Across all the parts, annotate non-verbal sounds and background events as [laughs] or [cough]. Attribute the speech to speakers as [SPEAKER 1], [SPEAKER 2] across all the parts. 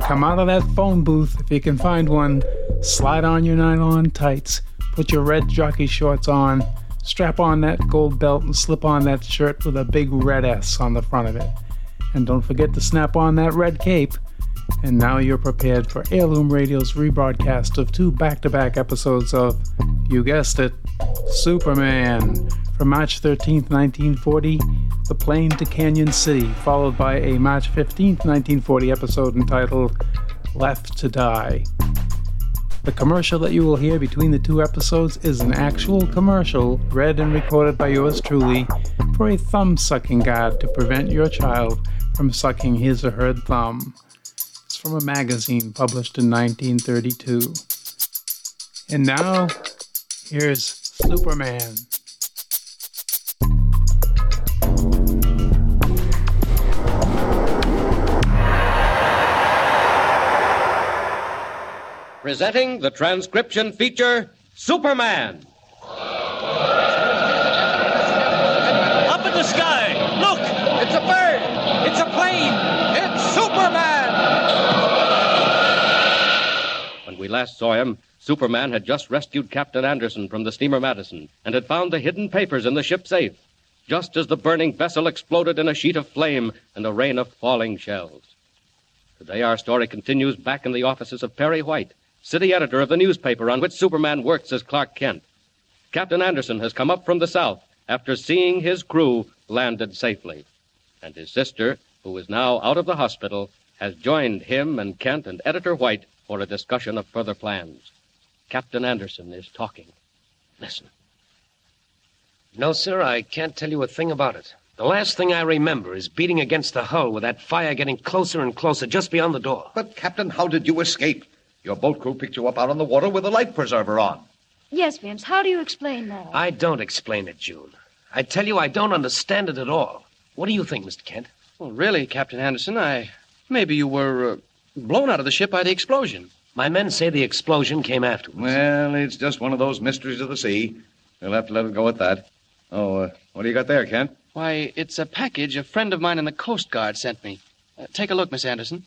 [SPEAKER 1] Come out of that phone booth if you can find one. Slide on your nylon tights. Put your red jockey shorts on. Strap on that gold belt and slip on that shirt with a big red S on the front of it. And don't forget to snap on that red cape. And now you're prepared for Heirloom Radio's rebroadcast of two back to back episodes of, you guessed it, Superman. From March 13, 1940, The Plane to Canyon City, followed by a March 15, 1940 episode entitled Left to Die. The commercial that you will hear between the two episodes is an actual commercial read and recorded by yours truly for a thumb sucking guard to prevent your child from sucking his or her thumb from a magazine published in 1932. And now, here's Superman.
[SPEAKER 2] Presenting the transcription feature Superman.
[SPEAKER 3] Up in the sky! Look! It's a bird! It's a plane! It's Superman!
[SPEAKER 2] When we last saw him, Superman had just rescued Captain Anderson from the steamer Madison and had found the hidden papers in the ship's safe, just as the burning vessel exploded in a sheet of flame and a rain of falling shells. Today, our story continues back in the offices of Perry White, city editor of the newspaper on which Superman works as Clark Kent. Captain Anderson has come up from the South after seeing his crew landed safely. And his sister, who is now out of the hospital, has joined him and Kent and Editor White for a discussion of further plans. Captain Anderson is talking. Listen.
[SPEAKER 4] No, sir, I can't tell you a thing about it. The last thing I remember is beating against the hull with that fire getting closer and closer just beyond the door.
[SPEAKER 5] But, Captain, how did you escape? Your boat crew picked you up out on the water with a life preserver on.
[SPEAKER 6] Yes, Vince, how do you explain that?
[SPEAKER 4] I don't explain it, June. I tell you, I don't understand it at all. What do you think, Mr. Kent?
[SPEAKER 7] Well, really, Captain Anderson, I. Maybe you were uh, blown out of the ship by the explosion.
[SPEAKER 4] My men say the explosion came afterwards.
[SPEAKER 5] Well, it's just one of those mysteries of the sea. We'll have to let it go at that. Oh, uh, what do you got there, Kent?
[SPEAKER 7] Why, it's a package a friend of mine in the Coast Guard sent me. Uh, take a look, Miss Anderson.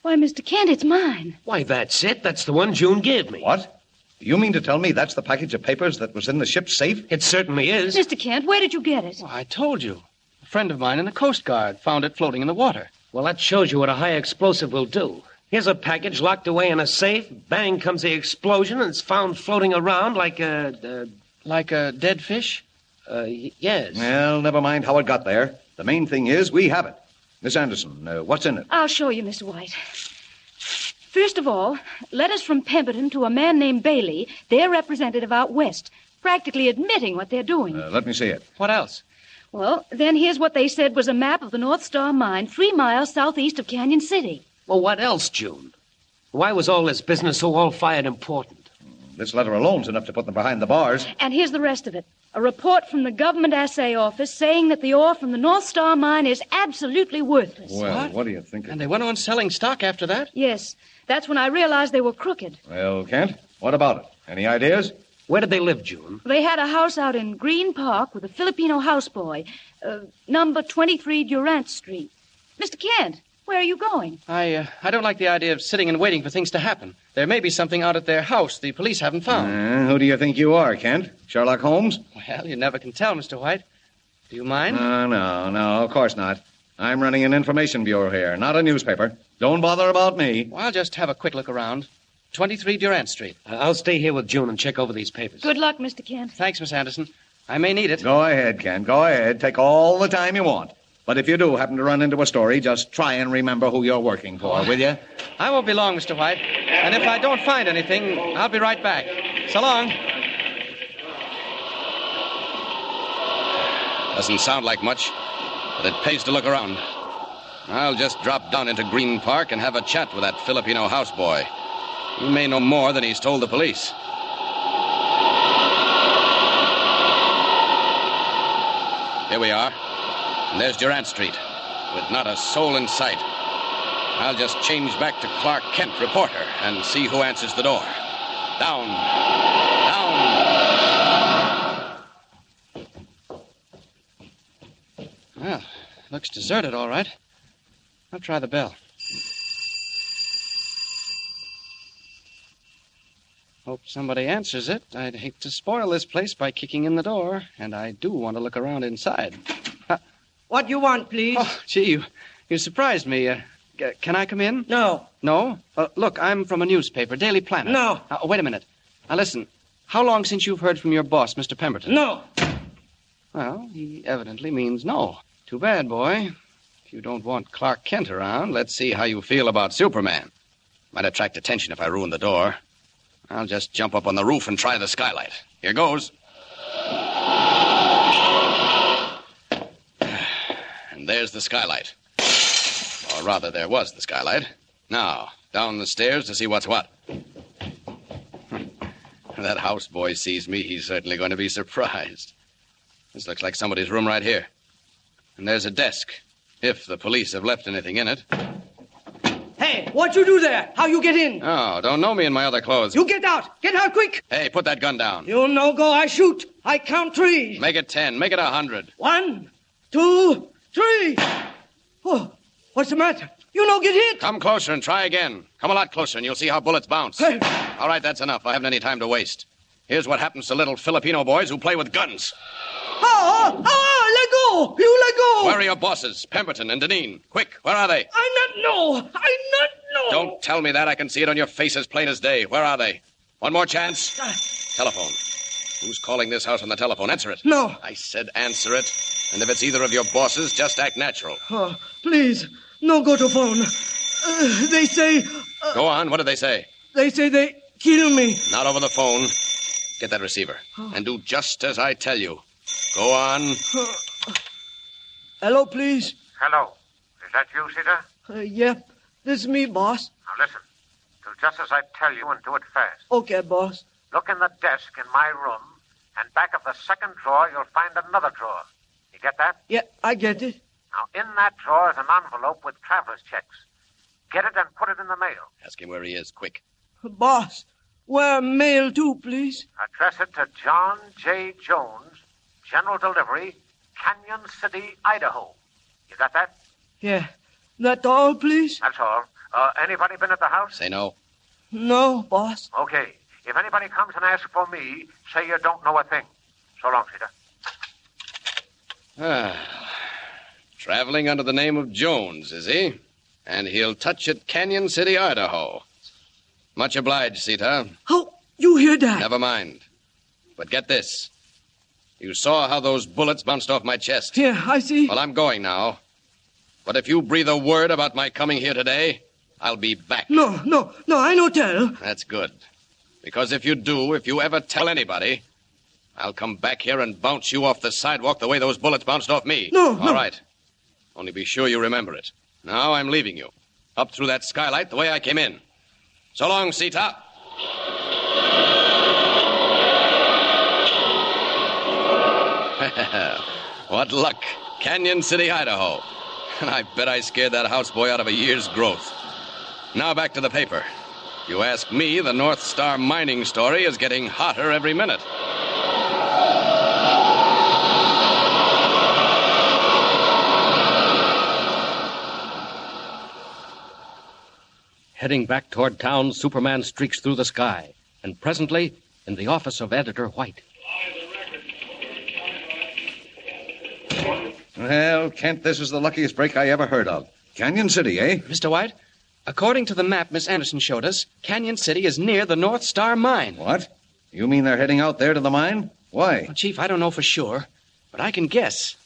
[SPEAKER 6] Why, Mr. Kent, it's mine.
[SPEAKER 4] Why, that's it. That's the one June gave me.
[SPEAKER 5] What? Do you mean to tell me that's the package of papers that was in the ship's safe?
[SPEAKER 4] It certainly is.
[SPEAKER 6] Mr. Kent, where did you get it?
[SPEAKER 7] Well, I told you. A friend of mine in the Coast Guard found it floating in the water.
[SPEAKER 4] Well, that shows you what a high explosive will do. Here's a package locked away in a safe. Bang comes the explosion, and it's found floating around like a.
[SPEAKER 7] Like a dead fish?
[SPEAKER 4] Uh, uh, y- yes.
[SPEAKER 5] Well, never mind how it got there. The main thing is we have it. Miss Anderson, uh, what's in it?
[SPEAKER 6] I'll show you, Mr. White. First of all, letters from Pemberton to a man named Bailey, their representative out west, practically admitting what they're doing.
[SPEAKER 5] Uh, let me see it.
[SPEAKER 7] What else?
[SPEAKER 6] well, then here's what they said was a map of the North Star mine three miles southeast of Canyon City.
[SPEAKER 4] Well, what else, June? Why was all this business so all fired important?
[SPEAKER 5] This letter alone's enough to put them behind the bars.
[SPEAKER 6] And here's the rest of it a report from the government assay office saying that the ore from the North Star mine is absolutely worthless.
[SPEAKER 5] Well,
[SPEAKER 7] What?
[SPEAKER 5] what do you think? Of...
[SPEAKER 7] And they went on selling stock after that?
[SPEAKER 6] Yes, that's when I realized they were crooked.
[SPEAKER 5] Well, Kent, what about it? Any ideas?
[SPEAKER 4] Where did they live, June?
[SPEAKER 6] They had a house out in Green Park with a Filipino houseboy, uh, number 23 Durant Street. Mr. Kent, where are you going?
[SPEAKER 7] I, uh, I don't like the idea of sitting and waiting for things to happen. There may be something out at their house the police haven't found.
[SPEAKER 5] Uh, who do you think you are, Kent? Sherlock Holmes?
[SPEAKER 7] Well, you never can tell, Mr. White. Do you mind?
[SPEAKER 5] No, no, no, of course not. I'm running an information bureau here, not a newspaper. Don't bother about me.
[SPEAKER 7] Well, I'll just have a quick look around. 23 Durant Street.
[SPEAKER 4] I- I'll stay here with June and check over these papers.
[SPEAKER 6] Good luck, Mr. Kent.
[SPEAKER 7] Thanks, Miss Anderson. I may need it.
[SPEAKER 5] Go ahead, Kent. Go ahead. Take all the time you want. But if you do happen to run into a story, just try and remember who you're working
[SPEAKER 7] Oh.
[SPEAKER 5] for, will you?
[SPEAKER 7] I won't be long, Mr. White. And if I don't find anything, I'll be right back. So long.
[SPEAKER 8] Doesn't sound like much, but it pays to look around. I'll just drop down into Green Park and have a chat with that Filipino houseboy. He may know more than he's told the police. Here we are. And there's Durant Street, with not a soul in sight. I'll just change back to Clark Kent, reporter, and see who answers the door. Down. Down.
[SPEAKER 7] Well, looks deserted, all right. I'll try the bell. Hope somebody answers it. I'd hate to spoil this place by kicking in the door, and I do want to look around inside. Uh,
[SPEAKER 9] What you want, please?
[SPEAKER 7] Oh, gee, you, you surprised me. Uh, c- can I come in?
[SPEAKER 9] No.
[SPEAKER 7] No? Uh, look, I'm from a newspaper, Daily Planet.
[SPEAKER 9] No.
[SPEAKER 7] Uh, wait a minute. Now, listen. How long since you've heard from your boss, Mr. Pemberton?
[SPEAKER 9] No.
[SPEAKER 7] Well, he evidently means no. Too bad, boy. If you don't want Clark Kent around, let's see how you feel about Superman.
[SPEAKER 8] Might attract attention if I ruin the door. I'll just jump up on the roof and try the skylight. Here goes. [sighs] And there's the skylight. Or rather, there was the skylight. Now, down the stairs to see what's what. [laughs] that houseboy sees me, he's certainly going to be surprised. This looks like somebody's room right here. And there's a desk, if the police have left anything in it.
[SPEAKER 9] Hey, what you do there? How you get in?
[SPEAKER 8] Oh, don't know me in my other clothes.
[SPEAKER 9] You get out. Get out quick.
[SPEAKER 8] Hey, put that gun down.
[SPEAKER 9] You no go, I shoot. I count three.
[SPEAKER 8] Make it ten. Make it a hundred.
[SPEAKER 9] One, two, three. Oh, what's the matter? You no get hit.
[SPEAKER 8] Come closer and try again. Come a lot closer, and you'll see how bullets bounce.
[SPEAKER 9] Hey.
[SPEAKER 8] All right, that's enough. I haven't any time to waste. Here's what happens to little Filipino boys who play with guns.
[SPEAKER 9] Oh, oh, oh, let go. You let go.
[SPEAKER 8] Where are your bosses, Pemberton and Deneen? Quick, where are they?
[SPEAKER 9] I not know. I not know.
[SPEAKER 8] Don't tell me that. I can see it on your face as plain as day. Where are they? One more chance. telephone. Who's calling this house on the telephone? Answer it.
[SPEAKER 9] No.
[SPEAKER 8] I said answer it. And if it's either of your bosses, just act natural.
[SPEAKER 9] Oh, please, no go to phone. Uh, they say, uh,
[SPEAKER 8] Go on. What did they say?
[SPEAKER 9] they say they kill me.
[SPEAKER 8] Not over the phone. Get that receiver.
[SPEAKER 9] Oh.
[SPEAKER 8] And do just as I tell you. Go on.
[SPEAKER 9] Hello, please.
[SPEAKER 10] Hello. Is that you, Cedar?
[SPEAKER 9] Uh, yeah, this is me, boss.
[SPEAKER 10] Now listen. Do just as I tell you and do it fast.
[SPEAKER 9] Okay, boss.
[SPEAKER 10] Look in the desk in my room, and back of the second drawer, you'll find another drawer. You get that?
[SPEAKER 9] Yeah, I get it.
[SPEAKER 10] Now, in that drawer is an envelope with traveler's checks. Get it and put it in the mail.
[SPEAKER 8] Ask him where he is, quick.
[SPEAKER 9] Boss, where mail to, please?
[SPEAKER 10] Address it to John J. Jones, General Delivery, Canyon City, Idaho. You got that?
[SPEAKER 9] Yeah, that all, please?
[SPEAKER 10] That's all. Uh, anybody been at the house?
[SPEAKER 8] Say no.
[SPEAKER 9] No, boss.
[SPEAKER 10] Okay. If anybody comes and asks for me, say you don't know a thing. So long, Cedar.
[SPEAKER 8] Ah. Traveling under the name of Jones, is he? And he'll touch at Canyon City, Idaho. Much obliged, Sita.
[SPEAKER 9] How Oh, you hear that?
[SPEAKER 8] Never mind. But get this. You saw how those bullets bounced off my chest.
[SPEAKER 9] Here, I see.
[SPEAKER 8] Well, I'm going now. But if you breathe a word about my coming here today, I'll be back.
[SPEAKER 9] No, no, no, I no tell.
[SPEAKER 8] That's good. Because if you do, if you ever tell anybody, I'll come back here and bounce you off the sidewalk the way those bullets bounced off me.
[SPEAKER 9] No,
[SPEAKER 8] All
[SPEAKER 9] no.
[SPEAKER 8] right. Only be sure you remember it. Now I'm leaving you. Up through that skylight the way I came in. So long, Sita. [laughs] what luck. Canyon City, Idaho. [laughs] And I bet I scared that houseboy out of a year's growth. Now back to the paper. You ask me, the North Star mining story is getting hotter every minute.
[SPEAKER 2] Heading back toward town, Superman streaks through the sky, and presently, in the office of Editor White.
[SPEAKER 5] Well, Kent, this is the luckiest break I ever heard of. Canyon City, eh?
[SPEAKER 7] Mr. White, according to the map Miss Anderson showed us, Canyon City is near the North Star Mine.
[SPEAKER 5] What? You mean they're heading out there to the mine? Why?
[SPEAKER 7] Well, Chief, I don't know for sure, but I can guess.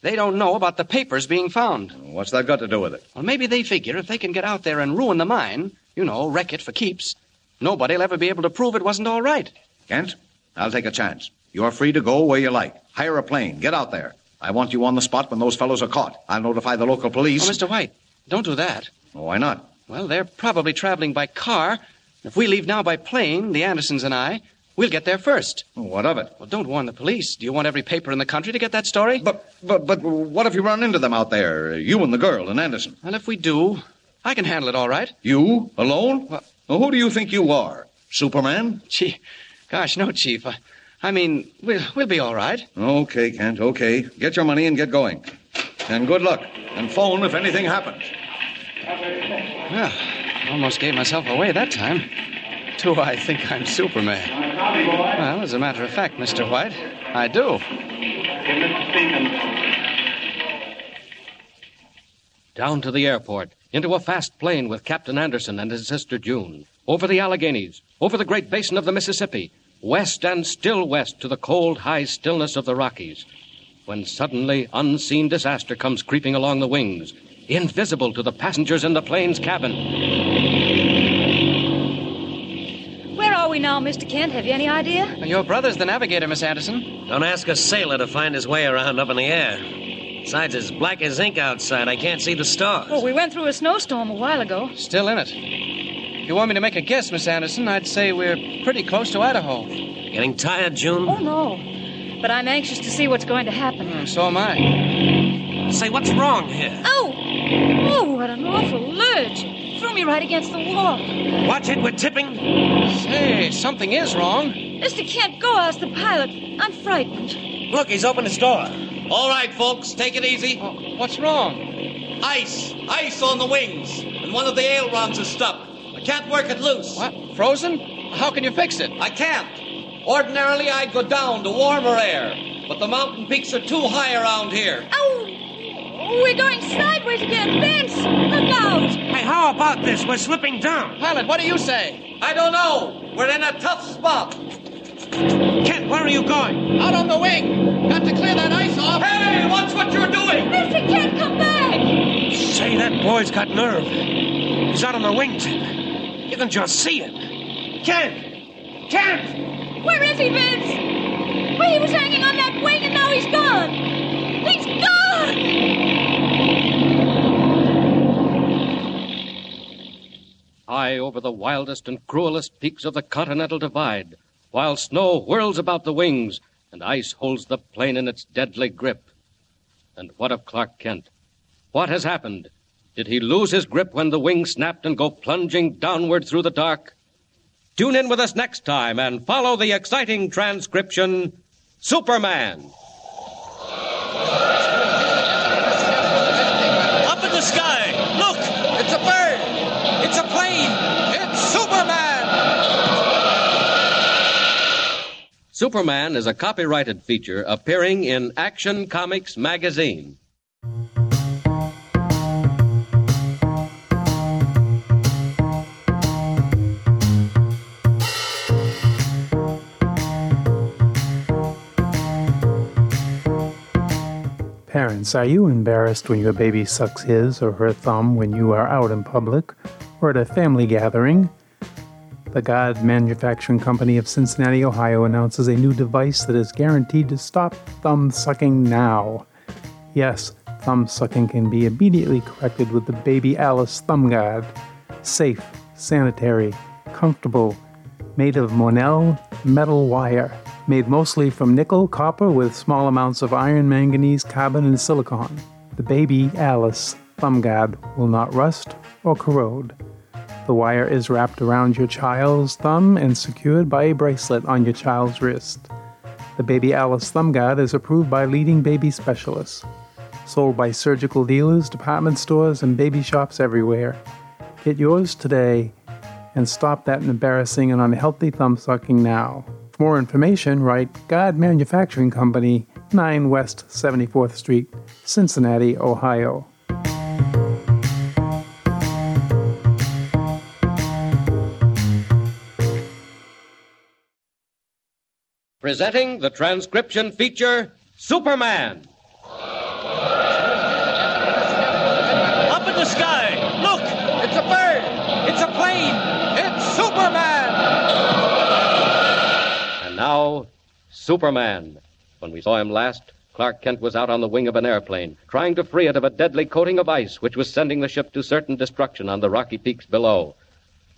[SPEAKER 7] They don't know about the papers being found.
[SPEAKER 5] What's that got to do with it?
[SPEAKER 7] Well, maybe they figure if they can get out there and ruin the mine, you know, wreck it for keeps, nobody'll ever be able to prove it wasn't all right.
[SPEAKER 5] Kent, I'll take a chance. You're free to go where you like. Hire a plane. Get out there. I want you on the spot when those fellows are caught. I'll notify the local
[SPEAKER 7] Oh,
[SPEAKER 5] police.
[SPEAKER 7] Mr. White, don't do that.
[SPEAKER 5] Why not?
[SPEAKER 7] Well, they're probably traveling by car. If we leave now by plane, the Andersons and I, we'll get there first.
[SPEAKER 5] What of it?
[SPEAKER 7] Well, don't warn the police. Do you want every paper in the country to get that story?
[SPEAKER 5] But, but, but what if you run into them out there? You and the girl and Anderson.
[SPEAKER 7] Well, if we do, I can handle it all right.
[SPEAKER 5] You? Alone? Well, who do you think you are? Superman?
[SPEAKER 7] Gee, gosh, no, Chief. I, I mean, we'll, we'll be all right.
[SPEAKER 5] Okay, Kent, okay. Get your money and get going. And good luck. And phone if anything happens.
[SPEAKER 7] Well, almost gave myself away that time. do I think I'm Superman? Well, as a matter of fact, Mr. White, I do.
[SPEAKER 2] Down to the airport, into a fast plane with Captain Anderson and his sister June, over the Alleghenies, over the great basin of the Mississippi, west and still west to the cold, high stillness of the Rockies. When suddenly unseen disaster comes creeping along the wings, invisible to the passengers in the plane's cabin.
[SPEAKER 6] Where are we now, Mr. Kent? Have you any idea?
[SPEAKER 11] Your brother's the navigator, Miss Anderson. Don't ask a sailor to find his way around up in the air. Besides, it's black as ink outside. I can't see the stars.
[SPEAKER 6] Well, Oh, we went through a snowstorm a while ago.
[SPEAKER 7] Still in it. If you want me to make a guess, Miss Anderson, I'd say we're pretty close to Idaho.
[SPEAKER 11] Getting tired, June?
[SPEAKER 6] Oh, no. But I'm anxious to see what's going to happen.
[SPEAKER 7] so am I.
[SPEAKER 11] Say, what's wrong here?
[SPEAKER 6] Oh! Oh, what an awful lurch. Threw me right against the wall.
[SPEAKER 11] Watch it, we're tipping.
[SPEAKER 7] Say, something is wrong.
[SPEAKER 6] Mr. Kent, go ask the pilot. I'm frightened.
[SPEAKER 11] Look, he's opened his door.
[SPEAKER 12] All right, folks, take it easy.
[SPEAKER 7] Uh, What's wrong?
[SPEAKER 12] Ice. Ice on the wings. And one of the ailerons is stuck. I can't work it loose. What?
[SPEAKER 7] Frozen? How can you fix it?
[SPEAKER 12] I can't. Ordinarily, I'd go down to warmer air. But the mountain peaks are too high around here.
[SPEAKER 6] Oh, We're going sideways again. Vince, look out!
[SPEAKER 11] Hey, how about this? We're slipping down.
[SPEAKER 7] Pilot, what do you say?
[SPEAKER 12] I don't know. We're in a tough spot.
[SPEAKER 11] Kent, where are you going?
[SPEAKER 12] Out on the wing. Got to clear that ice off. Hey, watch what you're doing.
[SPEAKER 6] Mr. Kent, come back!
[SPEAKER 11] Say, that boy's got nerve. He's out on the wingtip. You can just see him. Kent! Kent!
[SPEAKER 6] Where is he, Vince? Well, he was hanging on that wing and now he's gone. He's gone!
[SPEAKER 2] high over the wildest and cruelest peaks of the Continental Divide, while snow whirls about the wings and ice holds the plane in its deadly grip. And what of Clark Kent? What has happened? Did he lose his grip when the wing snapped and go plunging downward through the dark? Tune in with us next time and follow the exciting transcription Superman.
[SPEAKER 3] Up in the sky! Look! It's a bird! It's a plane! It's Superman!
[SPEAKER 2] Superman is a copyrighted feature appearing in Action Comics magazine.
[SPEAKER 1] Parents, are you embarrassed when your baby sucks his or her thumb when you are out in public or at a family gathering? The God Manufacturing Company of Cincinnati, Ohio announces a new device that is guaranteed to stop thumb sucking now. Yes, thumb sucking can be immediately corrected with the Baby Alice Thumb Guard. Safe, sanitary, comfortable, made of Monel metal wire, made mostly from nickel, copper, with small amounts of iron, manganese, carbon, and silicon. The Baby Alice Thumb Guard will not rust or corrode. The wire is wrapped around your child's thumb and secured by a bracelet on your child's wrist. The Baby Alice Thumb Guard is approved by leading baby specialists. Sold by surgical dealers, department stores, and baby shops everywhere. Get yours today and stop that embarrassing and unhealthy thumb sucking now. For more information, write God Manufacturing Company, 9 West 74th Street, Cincinnati, Ohio.
[SPEAKER 2] Presenting the transcription feature Superman.
[SPEAKER 3] Up in the sky! Look! It's a bird! It's a plane! It's Superman!
[SPEAKER 2] And now, Superman. When we saw him last, Clark Kent was out on the wing of an airplane, trying to free it of a deadly coating of ice which was sending the ship to certain destruction on the rocky peaks below.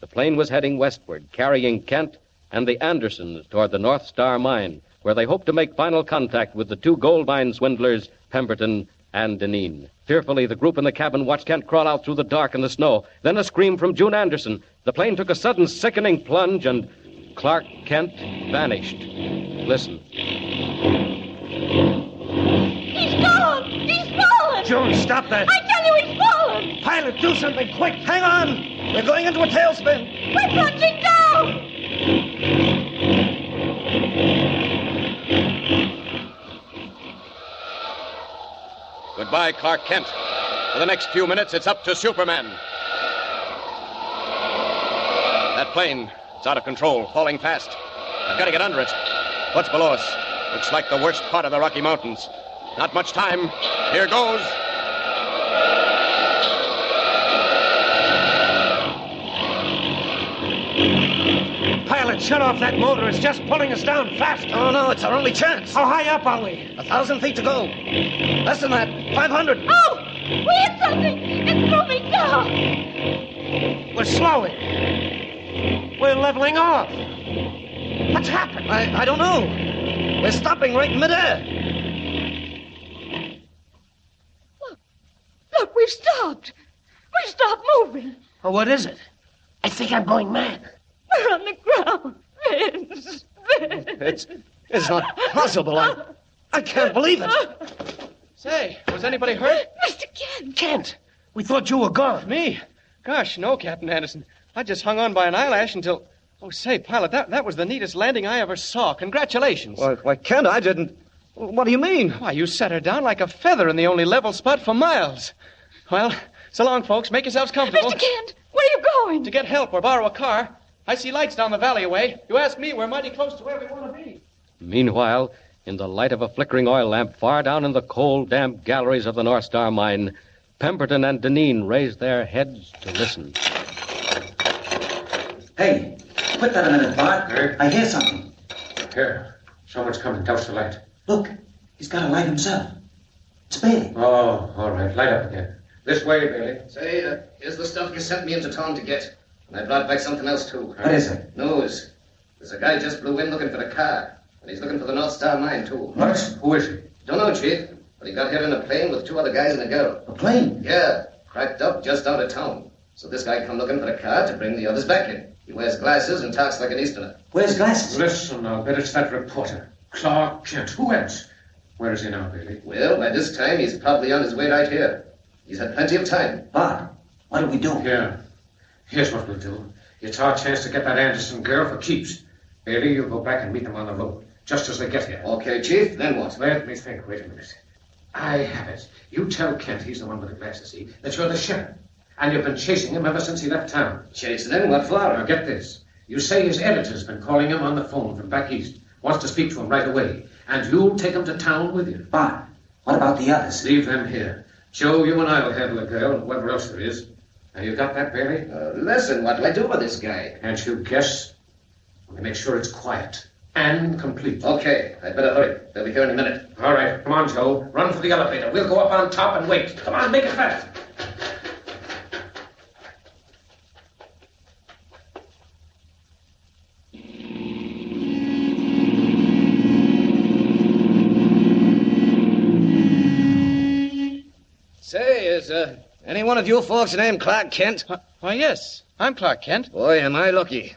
[SPEAKER 2] The plane was heading westward, carrying Kent and the Andersons toward the North Star Mine, where they hoped to make final contact with the two gold mine swindlers, Pemberton and Deneen. Fearfully, the group in the cabin watched Kent crawl out through the dark and the snow. Then a scream from June Anderson. The plane took a sudden, sickening plunge, and Clark Kent vanished. Listen.
[SPEAKER 3] He's gone! He's fallen!
[SPEAKER 11] June, stop that!
[SPEAKER 3] I tell you, he's fallen!
[SPEAKER 11] Pilot, do something quick! Hang on!
[SPEAKER 3] We're going into a tailspin! We're plunging down!
[SPEAKER 8] Goodbye, Clark Kent. For the next few minutes, it's up to Superman. That plane, it's out of control, falling fast. I've got to get under it. What's below us? Looks like the worst part of the Rocky Mountains. Not much time. Here goes.
[SPEAKER 13] Pilot, shut off that motor. It's just pulling us down fast. Oh, no, it's our only chance. How high up are we? A thousand feet to go. Less than that. Five hundred. Oh!
[SPEAKER 3] We hit something! It's moving down!
[SPEAKER 13] We're slowing. We're leveling off. What's happened? I, I don't know. We're stopping right in midair.
[SPEAKER 6] Look, we've stopped. We've stopped moving.
[SPEAKER 13] Oh, what is it? I think I'm going mad.
[SPEAKER 6] We're on the ground. Oh, Vince, Vince.
[SPEAKER 13] It's, it's not possible. I, I can't believe it. Say, was anybody hurt?
[SPEAKER 6] Mr. Kent.
[SPEAKER 13] Kent, we thought you were gone.
[SPEAKER 7] Me? Gosh, no, Captain Anderson. I just hung on by an eyelash until. Oh, say, pilot, that, that was the neatest landing I ever saw. Congratulations.
[SPEAKER 13] Why, why, Kent, I didn't. What do you mean?
[SPEAKER 7] Why, you set her down like a feather in the only level spot for miles. Well, so long, folks. Make yourselves comfortable. Mr.
[SPEAKER 6] Kent, where are you going?
[SPEAKER 7] To get help or borrow a car. I see lights down the valley away. You ask me, we're mighty close to where we want to be. Meanwhile, in the light of a flickering oil lamp far down in the cold, damp galleries of the North Star mine, Pemberton and Deneen raised their heads to listen.
[SPEAKER 14] Hey, put that a minute, Bart. I hear something. Here. Someone's coming. Douse the light. Look, he's got a light himself. It's Bailey. Oh, all right. Light up again. This way, Bailey.
[SPEAKER 15] Say, uh, here's the stuff you sent me into town to get. And I brought back something else, too.
[SPEAKER 14] What is it?
[SPEAKER 15] News. There's a guy just blew in looking for the car. And he's looking for the North Star Mine, too.
[SPEAKER 14] What? Who is he?
[SPEAKER 15] Don't know, Chief. But he got here in a plane with two other guys and a girl.
[SPEAKER 14] A plane?
[SPEAKER 15] Yeah, cracked up just out of town. So this guy come looking for the car to bring the others back in. He wears glasses and talks like an Easterner.
[SPEAKER 14] Where's glasses?
[SPEAKER 15] Listen, I'll bet it's that reporter. Clark Kent. Who else? Where is he now, Bailey? Well, by this time, he's probably on his way right here. He's had plenty of time.
[SPEAKER 14] Bart, what do we do?
[SPEAKER 15] Yeah.
[SPEAKER 14] Here's what we'll do. It's our chance to get that Anderson girl for keeps. Bailey, you go back and meet them on the road, just as they get here.
[SPEAKER 15] Okay, Chief, then what?
[SPEAKER 14] Let me think. Wait a minute. I have it. You tell Kent, he's the one with the glasses, see, that you're the sheriff. And you've been chasing him ever since he left town.
[SPEAKER 15] Chasing him? What for?
[SPEAKER 14] Now, get this. You say his editor's been calling him on the phone from back east. Wants to speak to him right away. And you'll take him to town with you. Bart, what about the others? Leave them here. Joe, you and I will handle the girl and whoever else there is. Now, you got that, Bailey?
[SPEAKER 15] Uh, listen, what do I do with this guy?
[SPEAKER 14] Can't you guess? We make sure it's quiet and complete.
[SPEAKER 15] Okay, I'd better hurry. They'll be here in a minute.
[SPEAKER 14] All right, come on, Joe. Run for the elevator. We'll go up on top and wait. Come on, make it fast.
[SPEAKER 7] Say, is uh, any one of you folks named Clark Kent? Why, yes. I'm Clark Kent. Boy, am I lucky.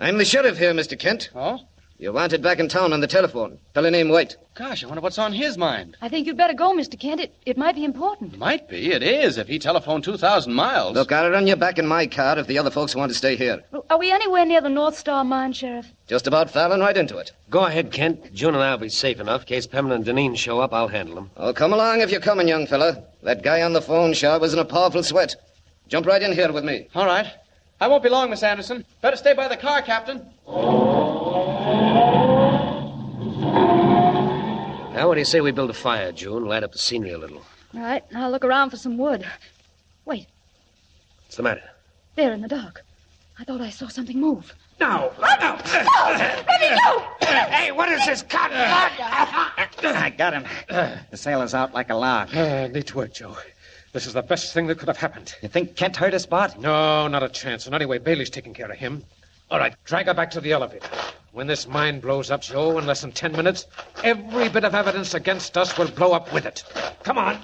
[SPEAKER 7] I'm the sheriff here, Mr. Kent. Oh? You're wanted back in town on the telephone. Fellow named White. Gosh, I wonder what's on his mind.
[SPEAKER 6] I think you'd better go, Mr. Kent. It, it might be important.
[SPEAKER 7] Might be. It is if he telephoned 2,000 miles. Look, I'll run you back in my car if the other folks want to stay here.
[SPEAKER 6] Well, Are we anywhere near the North Star mine, Sheriff?
[SPEAKER 11] Just about fouling right into it. Go ahead, Kent. June and I'll be safe enough. In case Pemberton and Deneen show up, I'll handle them.
[SPEAKER 7] Oh, come along if you're coming, young fella. That guy on the phone sure was in a powerful sweat. Jump right in here with me. All right. I won't be long, Miss Anderson. Better stay by the car, Captain.
[SPEAKER 11] Now, what do you say we build a fire, June? Light up the scenery a little.
[SPEAKER 6] All right, I'll look around for some wood. Wait,
[SPEAKER 11] What's the matter?
[SPEAKER 6] there in the dark. I thought I saw something move.
[SPEAKER 13] No, no. Hey, what is this cotton?
[SPEAKER 16] Uh, I got him. [clears throat] The sailor's out like a log.
[SPEAKER 17] Ah, neat work, Joe. This is the best thing that could have happened.
[SPEAKER 16] You think Kent hurt us, Bart?
[SPEAKER 17] No, not a chance. And anyway, Bailey's taking care of him. All right, drag her back to the elevator. When this mine blows up, Joe, in less than ten minutes, every bit of evidence against us will blow up with it. Come on.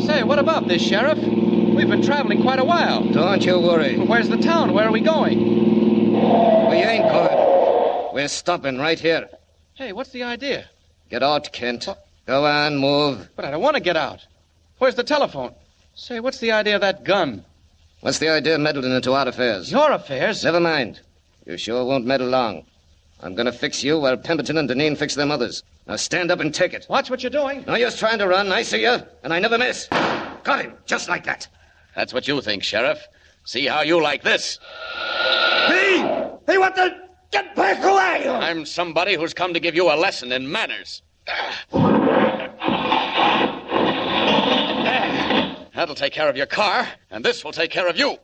[SPEAKER 7] Say, what about this, Sheriff? We've been traveling quite a while. Don't you worry. Where's the town? Where are we going? We ain't going. We're stopping right here. Hey, what's the idea? Get out, Kent. Go on, move. But I don't want to get out. Where's the telephone? Say, what's the idea of that gun? What's the idea meddling into our affairs? Your affairs? Never mind.
[SPEAKER 18] You sure won't meddle long. I'm going to fix you while Pemberton and Deneen fix them others. Now stand up and take it.
[SPEAKER 17] Watch what you're doing.
[SPEAKER 18] No use trying to run. I see you, and I never miss. Got him, just like that.
[SPEAKER 8] That's what you think, Sheriff. See how you like this.
[SPEAKER 13] Hey! Hey, what the? Get back away!
[SPEAKER 8] I'm somebody who's come to give you a lesson in manners. That'll take care of your car, and this will take care of you.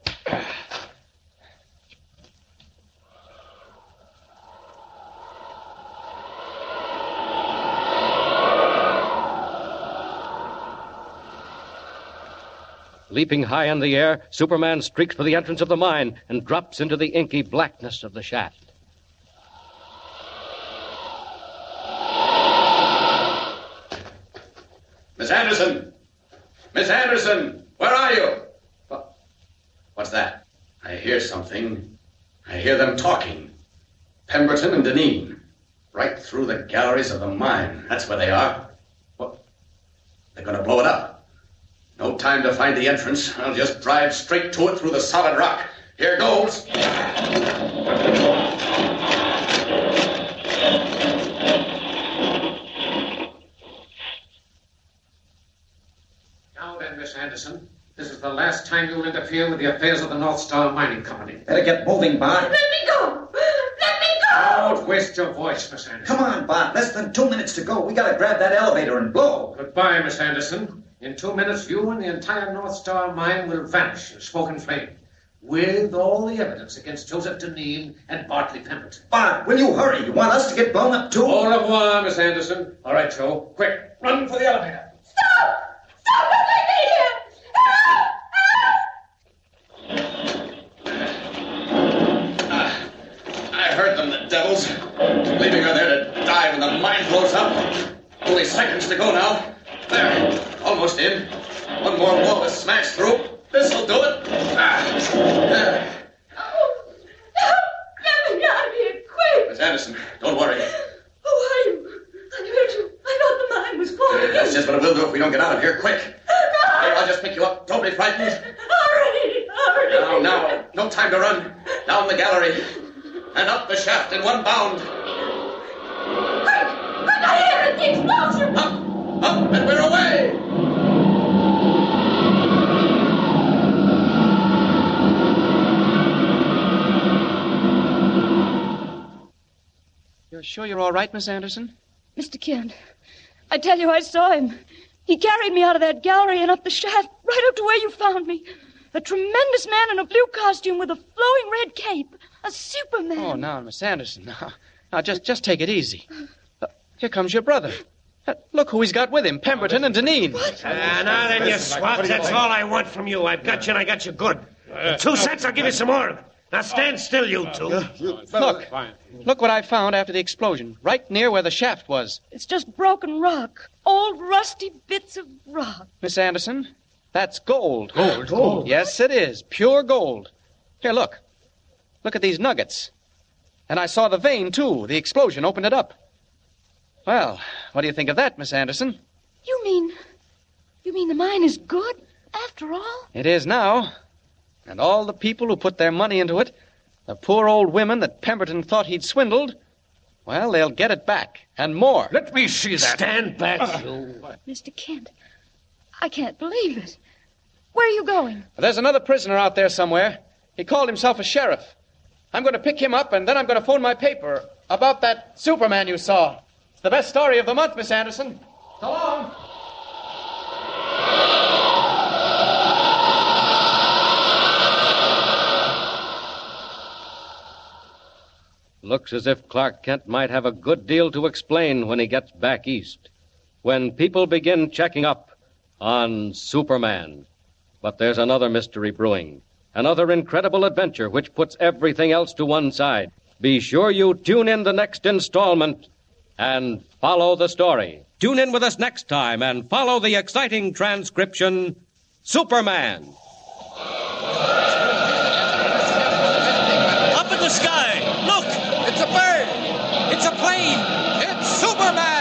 [SPEAKER 2] Leaping high in the air, Superman streaks for the entrance of the mine and drops into the inky blackness of the shaft.
[SPEAKER 15] Miss Anderson! Miss Anderson! Where are you? Wha- What's that? I hear something. I hear them talking. Pemberton and Deneen. Right through the galleries of the mine. That's where they are. What? They're going to blow it up. No time to find the entrance. I'll just drive straight to it through the solid rock. Here goes.
[SPEAKER 14] Now then, Miss Anderson, this is the last time you'll interfere with the affairs of the North Star Mining Company.
[SPEAKER 16] Better get moving, Bart.
[SPEAKER 14] me go! Let me go! Don't waste your voice, Miss Anderson.
[SPEAKER 16] Come on, Bart. Less than two minutes to go. We gotta grab that elevator and blow.
[SPEAKER 14] Goodbye, Miss Anderson. In two minutes, you and the entire North Star mine will vanish in smoke and flame, with all the evidence against Joseph Deneen and Bartley Pemberton.
[SPEAKER 16] Bart, will you hurry? You want us to get blown up too?
[SPEAKER 14] Au revoir, Miss Anderson. All right, Joe. Quick, run for the elevator.
[SPEAKER 15] I heard them, the devils. Leaving her there to die when the mine blows up. Only seconds to go now. There, almost in. One more wall to smash through. This'll do it. Ah, there.
[SPEAKER 19] Let me out of here, quick!
[SPEAKER 15] Miss Anderson, don't worry.
[SPEAKER 19] Who are you? I heard you. I thought the mine was falling. in.
[SPEAKER 15] That's just what it will do if we don't get out of here quick. Here, I'll just pick you up. Don't be frightened.
[SPEAKER 19] Hurry, hurry!
[SPEAKER 15] Now, now, no time to run. Down the gallery and up the shaft in one bound.
[SPEAKER 19] Quick, I hear it, the explosion!
[SPEAKER 15] Up and we're away.
[SPEAKER 7] You're sure you're all right, Miss Anderson?
[SPEAKER 6] Mr. Kent, I tell you, I saw him. He carried me out of that gallery and up the shaft, right up to where you found me. A tremendous man in a blue costume with a flowing red cape. A superman.
[SPEAKER 7] Oh, now, Miss Anderson, [laughs] now, now just, just take it easy. Uh, here comes your brother. Uh, look who he's got with him Pemberton and Deneen.
[SPEAKER 13] Ah, now then, you swabs, that's all I want from you. I've got you and I got you good. In two cents, I'll give you some more of it. Now stand still, you two.
[SPEAKER 7] Look, look what I found after the explosion, right near where the shaft was.
[SPEAKER 6] It's just broken rock. Old rusty bits of rock.
[SPEAKER 7] Miss Anderson, that's gold. Gold? Gold? Yes, it is. Pure gold. Here, look. Look at these nuggets. And I saw the vein, too. The explosion opened it up. Well, what do you think of that, Miss Anderson?
[SPEAKER 6] You mean. You mean the mine is good, after all?
[SPEAKER 7] It is now. And all the people who put their money into it, the poor old women that Pemberton thought he'd swindled, well, they'll get it back, and more. Let me see that. Stand back, you.
[SPEAKER 6] Mr. Kent, I can't believe it. Where are you going?
[SPEAKER 7] There's another prisoner out there somewhere. He called himself a sheriff. I'm going to pick him up, and then I'm going to phone my paper about that Superman you saw. It's the best story of the month, Miss Anderson. So long.
[SPEAKER 2] Looks as if Clark Kent might have a good deal to explain when he gets back east. When people begin checking up on Superman. But there's another mystery brewing. Another incredible adventure which puts everything else to one side. Be sure you tune in the next installment and follow the story. Tune in with us next time and follow the exciting transcription Superman.
[SPEAKER 3] Up in the sky! Look! It's a bird! It's a plane! It's Superman!